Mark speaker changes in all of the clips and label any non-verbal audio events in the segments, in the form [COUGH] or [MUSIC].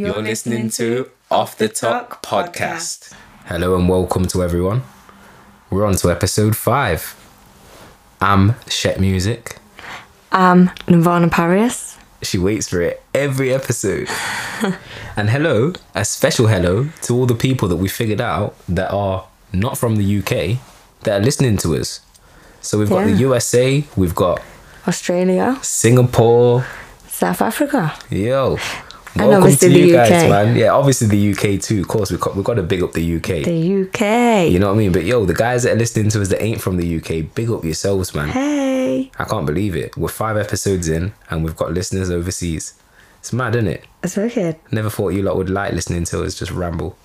Speaker 1: You're, listening, to Off the Talk podcast. Hello and welcome to everyone. We're on to episode five. I'm Shet Music.
Speaker 2: Um, Nirvana Paris.
Speaker 1: She waits for it every [LAUGHS] episode. and hello, a special hello to all the people that we figured out that are not from the UK that are listening to us. So we've got
Speaker 2: Yeah.
Speaker 1: the USA, we've got
Speaker 2: Australia,
Speaker 1: Singapore.
Speaker 2: South Africa.
Speaker 1: Yo.
Speaker 2: And
Speaker 1: Welcome to
Speaker 2: obviously the
Speaker 1: you guys,
Speaker 2: UK.
Speaker 1: man. Yeah, obviously the UK too. Of course, we've got, we've got to big up the UK.
Speaker 2: The UK.
Speaker 1: You know what I mean? But yo, the guys that are listening to us that ain't from the UK, big up yourselves, man.
Speaker 2: Hey.
Speaker 1: I can't believe it. We're five episodes in and we've got listeners overseas. It's mad, isn't it?
Speaker 2: It's wicked.
Speaker 1: Never thought you lot would like listening to us just ramble.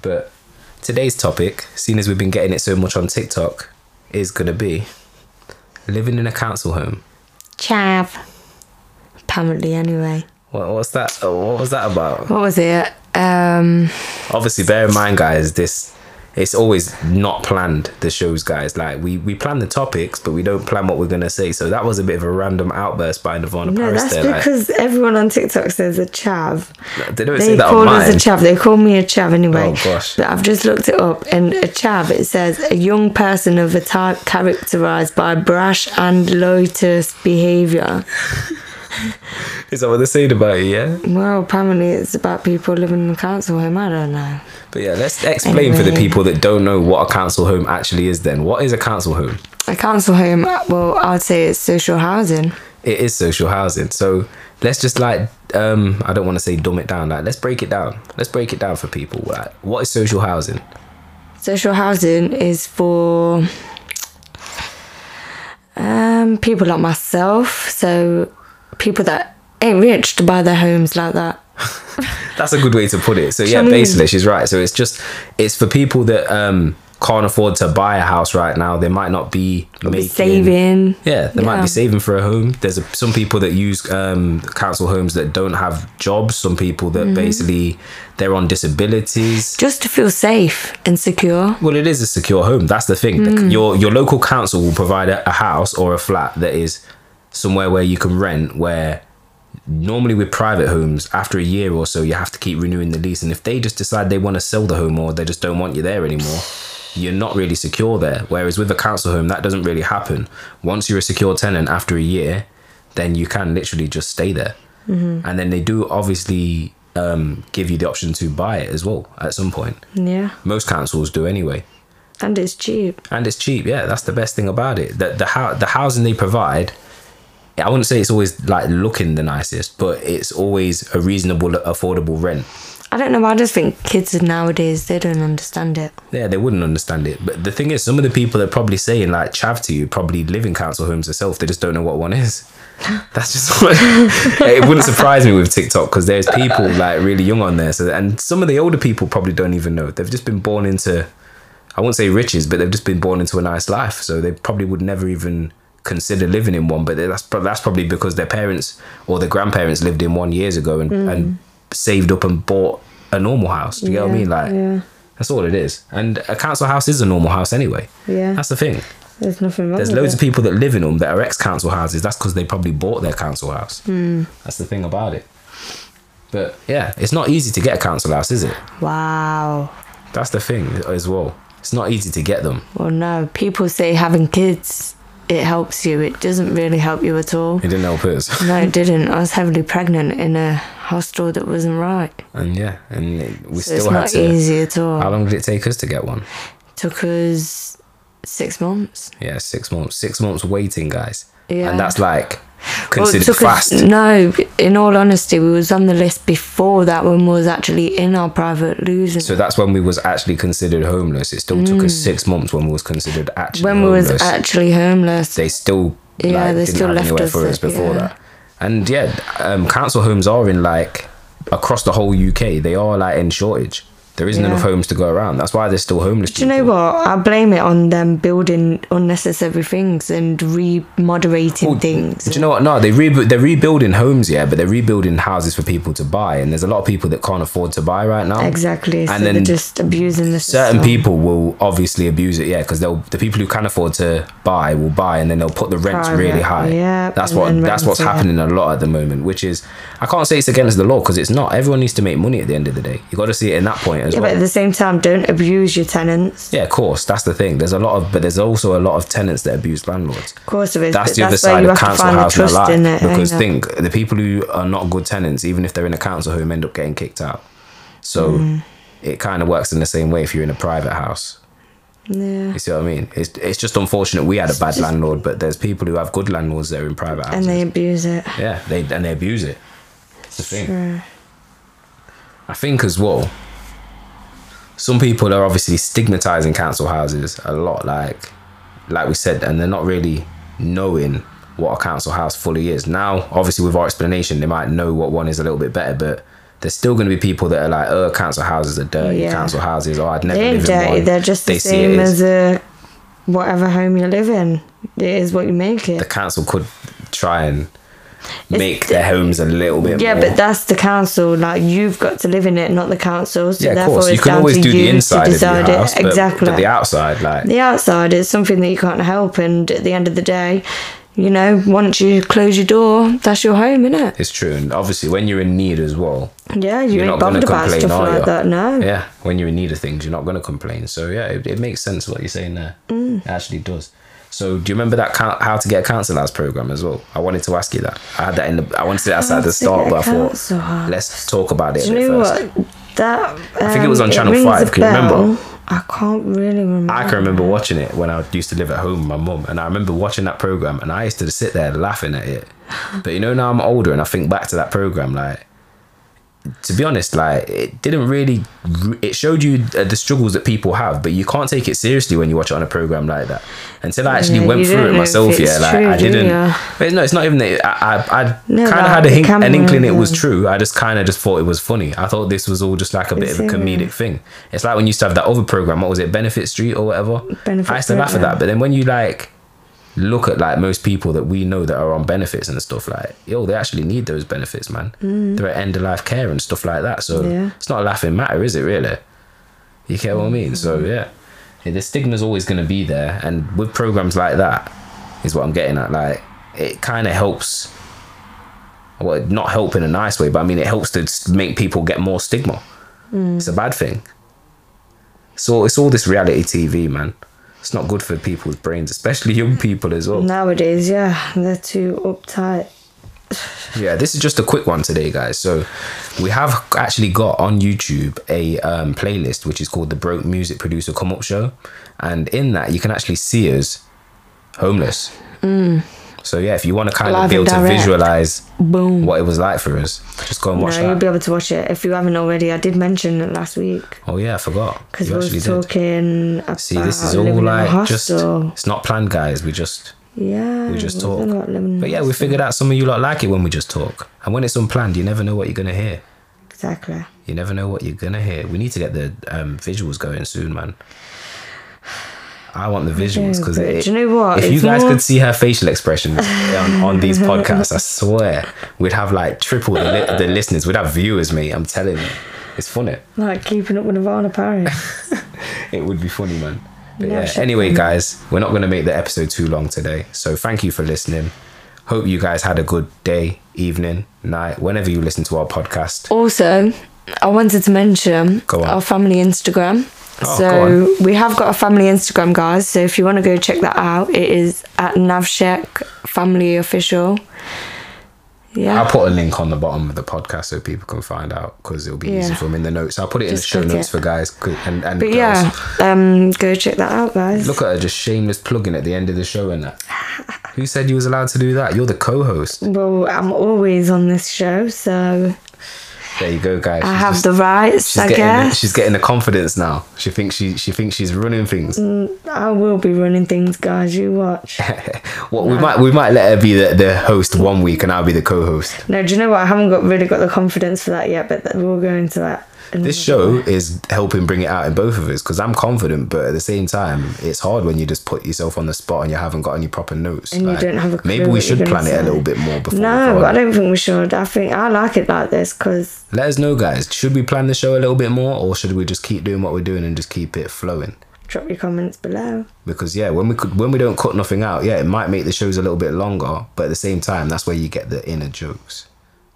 Speaker 1: But today's topic, seeing as we've been getting it so much on TikTok, is gonna be living in a council home.
Speaker 2: Chav. Apparently, anyway.
Speaker 1: What, what's that? oh, What was that about?
Speaker 2: What was it? Um,
Speaker 1: obviously bear in mind guys this it's always not planned the shows guys like we we plan the topics but we don't plan what we're gonna say so that was a bit of a random outburst by Nirvana
Speaker 2: no,
Speaker 1: Paris
Speaker 2: that's
Speaker 1: there like
Speaker 2: because everyone on TikTok says a chav.
Speaker 1: they don't say
Speaker 2: They
Speaker 1: that on
Speaker 2: call us a
Speaker 1: mine
Speaker 2: chav. They call me a chav anyway.
Speaker 1: Oh, gosh.
Speaker 2: But I've just looked it up, and a chav it says a young person of a type characterized by brash and lotus behavior.
Speaker 1: is that what they're saying about you yeah
Speaker 2: Well, apparently it's about people living in a council home. I don't know.
Speaker 1: but yeah let's explain for the
Speaker 2: Anyway.
Speaker 1: people that don't know what a council home actually is then what is a council home
Speaker 2: A council home, well, I'd say it's social housing.
Speaker 1: it is social housing so let's just like um I don't want to say dumb it down like let's break it down let's break it down for people like what is social housing
Speaker 2: Social housing is for um, people like myself, so people that ain't rich to buy their homes like that.
Speaker 1: That's a good way to put it. So yeah,
Speaker 2: I mean-
Speaker 1: basically she's right. So it's just it's for people that um can't afford to buy a house right now. They might not be making
Speaker 2: saving.
Speaker 1: Yeah, they might
Speaker 2: Yeah.
Speaker 1: be saving for a home. There's a, some people that use um, council homes that don't have jobs. Some people that basically they're on disabilities.
Speaker 2: Just to feel safe and secure.
Speaker 1: Well, it is a secure home. That's the thing. The- your your local council will provide a, a house or a flat that is somewhere where you can rent. Where normally with private homes, after a year or so, you have to keep renewing the lease. And if they just decide they want to sell the home or they just don't want you there anymore, you're not really secure there. Whereas with a council home, that doesn't really happen. Once you're a secure tenant after a year, then you can literally just stay there. And then they do obviously um, give you the option to buy it as well at some point.
Speaker 2: Yeah.
Speaker 1: Most councils do anyway
Speaker 2: And it's cheap.
Speaker 1: and it's cheap. Yeah, that's the best thing about it. That the how the housing they provide, I wouldn't say it's always like looking the nicest, but it's always a reasonable, affordable rent.
Speaker 2: I don't know, I just think kids nowadays, they don't understand it.
Speaker 1: Yeah, they wouldn't understand it. But the thing is, some of the people that probably saying like chav to you probably live in council homes themselves. They just don't know what one is.
Speaker 2: [LAUGHS]
Speaker 1: That's just what [LAUGHS] it wouldn't surprise me with TikTok because there's people like really young on there. So and some of the older people probably don't even know. They've just been born into I won't say riches, but they've just been born into a nice life. So they probably would never even consider living in one. But that's prob- that's probably because their parents or their grandparents lived in one years ago and,
Speaker 2: Mm.
Speaker 1: and saved up and bought a normal house. Do you get what I
Speaker 2: Yeah,
Speaker 1: mean? Like
Speaker 2: yeah.
Speaker 1: that's all it is. And a council house is a normal house anyway.
Speaker 2: Yeah.
Speaker 1: That's the thing.
Speaker 2: There's nothing wrong
Speaker 1: There's loads of people that live in them that are ex council houses. That's because they probably bought their council house.
Speaker 2: Hmm.
Speaker 1: That's the thing about it. But yeah, it's not easy to get a council house, is it?
Speaker 2: Wow.
Speaker 1: That's the thing as well. It's not easy to get them.
Speaker 2: Well, no, people say having kids, it helps you. It doesn't really help you at all.
Speaker 1: It didn't help us. [LAUGHS]
Speaker 2: No, it didn't. I was heavily pregnant in a hostel that wasn't right.
Speaker 1: And yeah, and it- we
Speaker 2: So
Speaker 1: still
Speaker 2: it's
Speaker 1: had
Speaker 2: not
Speaker 1: to.
Speaker 2: easy at all.
Speaker 1: How long did it take us to get one?
Speaker 2: Took us six months.
Speaker 1: Yeah, six months. Six months waiting, guys.
Speaker 2: Yeah.
Speaker 1: And that's like
Speaker 2: Well, it
Speaker 1: considered
Speaker 2: took us-
Speaker 1: fast.
Speaker 2: no, in all honesty, we was on the list before that one was actually in our private losing.
Speaker 1: so that's when we was actually considered homeless. It still took us six months when we was considered actually
Speaker 2: Mm. when we
Speaker 1: homeless.
Speaker 2: was actually homeless.
Speaker 1: they still
Speaker 2: Yeah,
Speaker 1: like,
Speaker 2: they
Speaker 1: didn't
Speaker 2: still
Speaker 1: have
Speaker 2: left
Speaker 1: anywhere
Speaker 2: us,
Speaker 1: for us
Speaker 2: like,
Speaker 1: before
Speaker 2: yeah.
Speaker 1: that. And yeah, um, council homes are in like across the whole UK. They are like in shortage. There isn't
Speaker 2: Yeah.
Speaker 1: enough homes to go around. That's why there's still homeless.
Speaker 2: Do you know
Speaker 1: people.
Speaker 2: what? I blame it on them building unnecessary things and remoderating
Speaker 1: Well,
Speaker 2: things.
Speaker 1: Do you know what? No, they rebu they're rebuilding homes, yeah, but they're rebuilding houses for people to buy, and there's a lot of people that can't afford to buy right now.
Speaker 2: exactly. so
Speaker 1: And
Speaker 2: they're
Speaker 1: then
Speaker 2: just abusing the
Speaker 1: certain
Speaker 2: system.
Speaker 1: people will obviously abuse it, yeah, because they'll the people who can afford to buy will buy, and then they'll put the rents
Speaker 2: Private,
Speaker 1: really high.
Speaker 2: yeah,
Speaker 1: that's
Speaker 2: and
Speaker 1: what
Speaker 2: then
Speaker 1: that's what's
Speaker 2: rent it.
Speaker 1: happening a lot at the moment. Which is, I can't say it's against the law because it's not. Everyone needs to make money at the end of the day. You got to see it in that point as
Speaker 2: Yeah,
Speaker 1: well.
Speaker 2: but at the same time, don't abuse your tenants.
Speaker 1: yeah, of course, that's the thing. There's a lot of, but there's also a lot of tenants that abuse landlords.
Speaker 2: Of course, there is.
Speaker 1: that's
Speaker 2: but
Speaker 1: the other
Speaker 2: that's where
Speaker 1: side
Speaker 2: you have
Speaker 1: of
Speaker 2: to
Speaker 1: council
Speaker 2: find the
Speaker 1: housing
Speaker 2: trust
Speaker 1: alive.
Speaker 2: in it. uh,
Speaker 1: because
Speaker 2: yeah.
Speaker 1: think the people who are not good tenants, even if they're in a council home, end up getting kicked out. So
Speaker 2: Mm.
Speaker 1: it kind of works in the same way if you're in a private house.
Speaker 2: yeah.
Speaker 1: You see what I mean? It's it's just unfortunate we had a bad landlord, but there's people who have good landlords that are in private houses.
Speaker 2: and they abuse it.
Speaker 1: yeah, they and they abuse it. It's the thing.
Speaker 2: True.
Speaker 1: I think as well. Some people are obviously stigmatizing council houses a lot, like like we said, and they're not really knowing what a council house fully is. Now, obviously, with our explanation, they might know what one is a little bit better, but there's still going to be people that are like, "Oh, council houses are dirty.
Speaker 2: Yeah.
Speaker 1: Council houses, oh, I'd never
Speaker 2: They ain't
Speaker 1: live in
Speaker 2: dirty.
Speaker 1: one."
Speaker 2: They're just the
Speaker 1: They see it
Speaker 2: same
Speaker 1: as-
Speaker 2: as a whatever home you live in. It is what you make it.
Speaker 1: the council could try and make
Speaker 2: d-
Speaker 1: their homes a little bit
Speaker 2: yeah,
Speaker 1: more.
Speaker 2: but that's the council. Like you've got to live in it, not the council. So
Speaker 1: yeah, of
Speaker 2: therefore,
Speaker 1: course.
Speaker 2: it's
Speaker 1: You can
Speaker 2: down
Speaker 1: always
Speaker 2: to
Speaker 1: do
Speaker 2: you
Speaker 1: the inside
Speaker 2: to
Speaker 1: of your
Speaker 2: decide
Speaker 1: house,
Speaker 2: it.
Speaker 1: but,
Speaker 2: exactly.
Speaker 1: but the outside, like
Speaker 2: the outside is something that you can't help, and at the end of the day, you know, once you close your door, that's your home, isn't it?
Speaker 1: it's true. And obviously, when you're in need as well,
Speaker 2: Yeah, you
Speaker 1: you're
Speaker 2: ain't
Speaker 1: not going
Speaker 2: bothered
Speaker 1: to
Speaker 2: about
Speaker 1: complain,
Speaker 2: stuff
Speaker 1: are
Speaker 2: like
Speaker 1: you?
Speaker 2: that. No,
Speaker 1: Yeah, when you're in need of things, you're not going to complain. So yeah, it, it makes sense what you're saying there.
Speaker 2: Mm.
Speaker 1: It actually does. So do you remember that coun how to get a council house program as well? I wanted to ask you that. I had that in the. I wanted to ask that at
Speaker 2: How
Speaker 1: the
Speaker 2: to
Speaker 1: start,
Speaker 2: get
Speaker 1: but I
Speaker 2: a council
Speaker 1: thought
Speaker 2: house.
Speaker 1: let's talk about it.
Speaker 2: do
Speaker 1: a bit
Speaker 2: you know
Speaker 1: first.
Speaker 2: what? That um,
Speaker 1: I think it was on Channel
Speaker 2: rings
Speaker 1: 5,
Speaker 2: a
Speaker 1: can you remember?
Speaker 2: bell. I can't really remember.
Speaker 1: I can remember watching it when I used to live at home with my mum, and I remember watching that program, and I used to sit there laughing at it. But you know, now I'm older, and I think back to that program, like to be honest, like it didn't really. It showed you uh, the struggles that people have, but you can't take it seriously when you watch it on a program like that. Until I actually
Speaker 2: Yeah,
Speaker 1: went
Speaker 2: you don't
Speaker 1: through it
Speaker 2: know if
Speaker 1: myself,
Speaker 2: it's
Speaker 1: yeah, like
Speaker 2: true,
Speaker 1: I
Speaker 2: do
Speaker 1: didn't.
Speaker 2: ya?
Speaker 1: But no, it's not even that. I, I, I
Speaker 2: No,
Speaker 1: kind of
Speaker 2: like,
Speaker 1: had a
Speaker 2: the
Speaker 1: hink, an
Speaker 2: camera
Speaker 1: inkling it was
Speaker 2: and-
Speaker 1: true. I just kind of just thought it was funny. I thought this was all just like a bit of a
Speaker 2: It's, uh,
Speaker 1: comedic thing. It's like when you used to have that other program. What was it, Benefit Street or whatever?
Speaker 2: Benefit
Speaker 1: I used to
Speaker 2: Street,
Speaker 1: laugh at
Speaker 2: yeah.
Speaker 1: that, but then when you like look at like most people that we know that are on benefits and stuff like yo they actually need those benefits man they're at end of life care and stuff like that so
Speaker 2: Mm. Yeah.
Speaker 1: it's not a laughing matter is it really you get what i mean so
Speaker 2: Mm-hmm.
Speaker 1: yeah. yeah the stigma's always going to be there and with programs like that is what i'm getting at like it kind of helps well not help in a nice way but i mean it helps to s- make people get more stigma
Speaker 2: Hmm.
Speaker 1: it's a bad thing so it's all this reality tv man it's not good for people's brains
Speaker 2: [LAUGHS]
Speaker 1: especially young people as well
Speaker 2: Nowadays, yeah, they're too uptight.
Speaker 1: Yeah, this is just a quick one today, guys. So we have actually got on YouTube a um, playlist which is called the Broke Music Producer Come Up Show, and in that you can actually see us homeless. So yeah, if you want to kind of
Speaker 2: Hmm. Live
Speaker 1: be able
Speaker 2: and
Speaker 1: to
Speaker 2: direct.
Speaker 1: visualize
Speaker 2: Boom.
Speaker 1: what it was like for us, just go and watch
Speaker 2: no, you'll
Speaker 1: that.
Speaker 2: be able to watch it if you haven't already. I did mention it last week
Speaker 1: oh yeah, I forgot.
Speaker 2: because
Speaker 1: You
Speaker 2: we
Speaker 1: actually
Speaker 2: was
Speaker 1: did.
Speaker 2: talking about
Speaker 1: See, this is all
Speaker 2: living in a
Speaker 1: like just
Speaker 2: hostel.
Speaker 1: it's not planned, guys. We just
Speaker 2: yeah,
Speaker 1: we just
Speaker 2: we're
Speaker 1: talk.
Speaker 2: thinking about living in
Speaker 1: But
Speaker 2: a
Speaker 1: yeah, we
Speaker 2: hostel.
Speaker 1: figured out some of you lot like it when we just talk, and when it's unplanned, you never know what you're gonna hear.
Speaker 2: exactly.
Speaker 1: You never know what you're gonna hear. We need to get the um, visuals going soon, man. I want the visuals because
Speaker 2: but do you know what?
Speaker 1: If you
Speaker 2: It's
Speaker 1: guys
Speaker 2: more-
Speaker 1: could see her facial expressions on,
Speaker 2: [LAUGHS]
Speaker 1: on these podcasts, I swear we'd have like triple the, li- the listeners. We'd have viewers, mate. I'm telling you, it's funny.
Speaker 2: Like keeping up with Nirvana Paris.
Speaker 1: It would be funny, man. But
Speaker 2: Yeah,
Speaker 1: yeah.
Speaker 2: sure.
Speaker 1: Anyway, guys, we're not gonna make the episode too long today. So thank you for listening. Hope you guys had a good day, evening, night, whenever you listen to our podcast.
Speaker 2: Also, I wanted to mention
Speaker 1: Go on.
Speaker 2: our family Instagram.
Speaker 1: Oh, go
Speaker 2: so we have got a family Instagram, guys. So if you want to go check that out, it is at Navshek Family Official. Yeah,
Speaker 1: I'll put a link on the bottom of the podcast so people can find out because it'll be easy
Speaker 2: Yeah.
Speaker 1: for them in the notes. I'll put it
Speaker 2: Just
Speaker 1: in the
Speaker 2: click
Speaker 1: show notes
Speaker 2: it.
Speaker 1: for guys c- and, and
Speaker 2: but
Speaker 1: girls.
Speaker 2: yeah, um, go check that out, guys.
Speaker 1: Look at her just shameless plugging at the end of the show
Speaker 2: [LAUGHS]
Speaker 1: and that. Who said you was allowed to do that? You're the co-host.
Speaker 2: Well, I'm always on this show, so
Speaker 1: There you go, guys.
Speaker 2: I
Speaker 1: She's
Speaker 2: have
Speaker 1: just-
Speaker 2: the rights,
Speaker 1: She's
Speaker 2: I
Speaker 1: getting, the-
Speaker 2: guess.
Speaker 1: she's getting the confidence now. She thinks she she thinks she's running things.
Speaker 2: I will be running things, guys. You watch.
Speaker 1: [LAUGHS] What we might we might let her be the, the host one week and I'll be the co-host.
Speaker 2: no, do you know what? I haven't got really got the confidence for that yet, but th- we'll go into that.
Speaker 1: this show is helping bring it out in both of us because I'm confident, but at the same time, it's hard when you just put yourself on the spot and you haven't got any proper notes.
Speaker 2: And you don't have a clue
Speaker 1: maybe we
Speaker 2: what you're
Speaker 1: should
Speaker 2: gonna
Speaker 1: plan it a
Speaker 2: say.
Speaker 1: little bit more before. we
Speaker 2: No,
Speaker 1: go
Speaker 2: I
Speaker 1: on.
Speaker 2: don't think we should. I think I like it like this because
Speaker 1: Let us know, guys. Should we plan the show a little bit more, or should we just keep doing what we're doing and just keep it flowing?
Speaker 2: drop your comments below.
Speaker 1: Because yeah, when we could, when we don't cut nothing out, yeah, it might make the shows a little bit longer, but at the same time, that's where you get the inner jokes.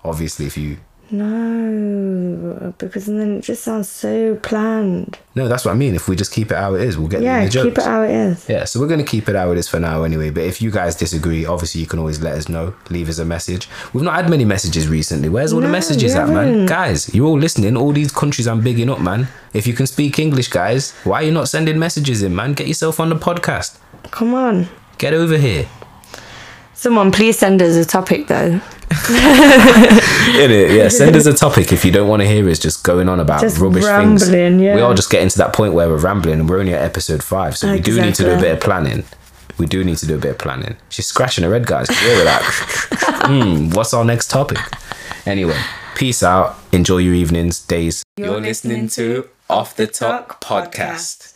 Speaker 1: Obviously, if you
Speaker 2: No, because then it just sounds so planned.
Speaker 1: no, that's what I mean. If we just keep it how it is, we'll get the
Speaker 2: Yeah,
Speaker 1: inner jokes.
Speaker 2: keep it how it is.
Speaker 1: Yeah, so we're going to keep it how it is for now anyway. But if you guys disagree, obviously you can always let us know. Leave us a message. We've not had many messages recently. Where's all the
Speaker 2: No,
Speaker 1: messages
Speaker 2: we
Speaker 1: at, man?
Speaker 2: haven't.
Speaker 1: Guys, you're all listening. All these countries I'm bigging up, man. If you can speak English, guys, why are you not sending messages in, man? Get yourself on the podcast.
Speaker 2: Come on.
Speaker 1: Get over here.
Speaker 2: Someone please send us a topic though.
Speaker 1: In it, yeah. Send us a topic if you don't want to hear us just going on about
Speaker 2: Just
Speaker 1: rubbish
Speaker 2: rambling,
Speaker 1: things.
Speaker 2: yeah.
Speaker 1: We are just getting to that point where we're rambling and we're only at episode five, so we do need to do a
Speaker 2: Exactly.
Speaker 1: bit of planning. We do need to do a bit of planning. She's scratching her head, guys. 'cause
Speaker 2: [LAUGHS]
Speaker 1: We're like, hmm, what's our next topic? Anyway, peace out. Enjoy your evenings, days.
Speaker 2: You're listening to Off the Talk Podcast.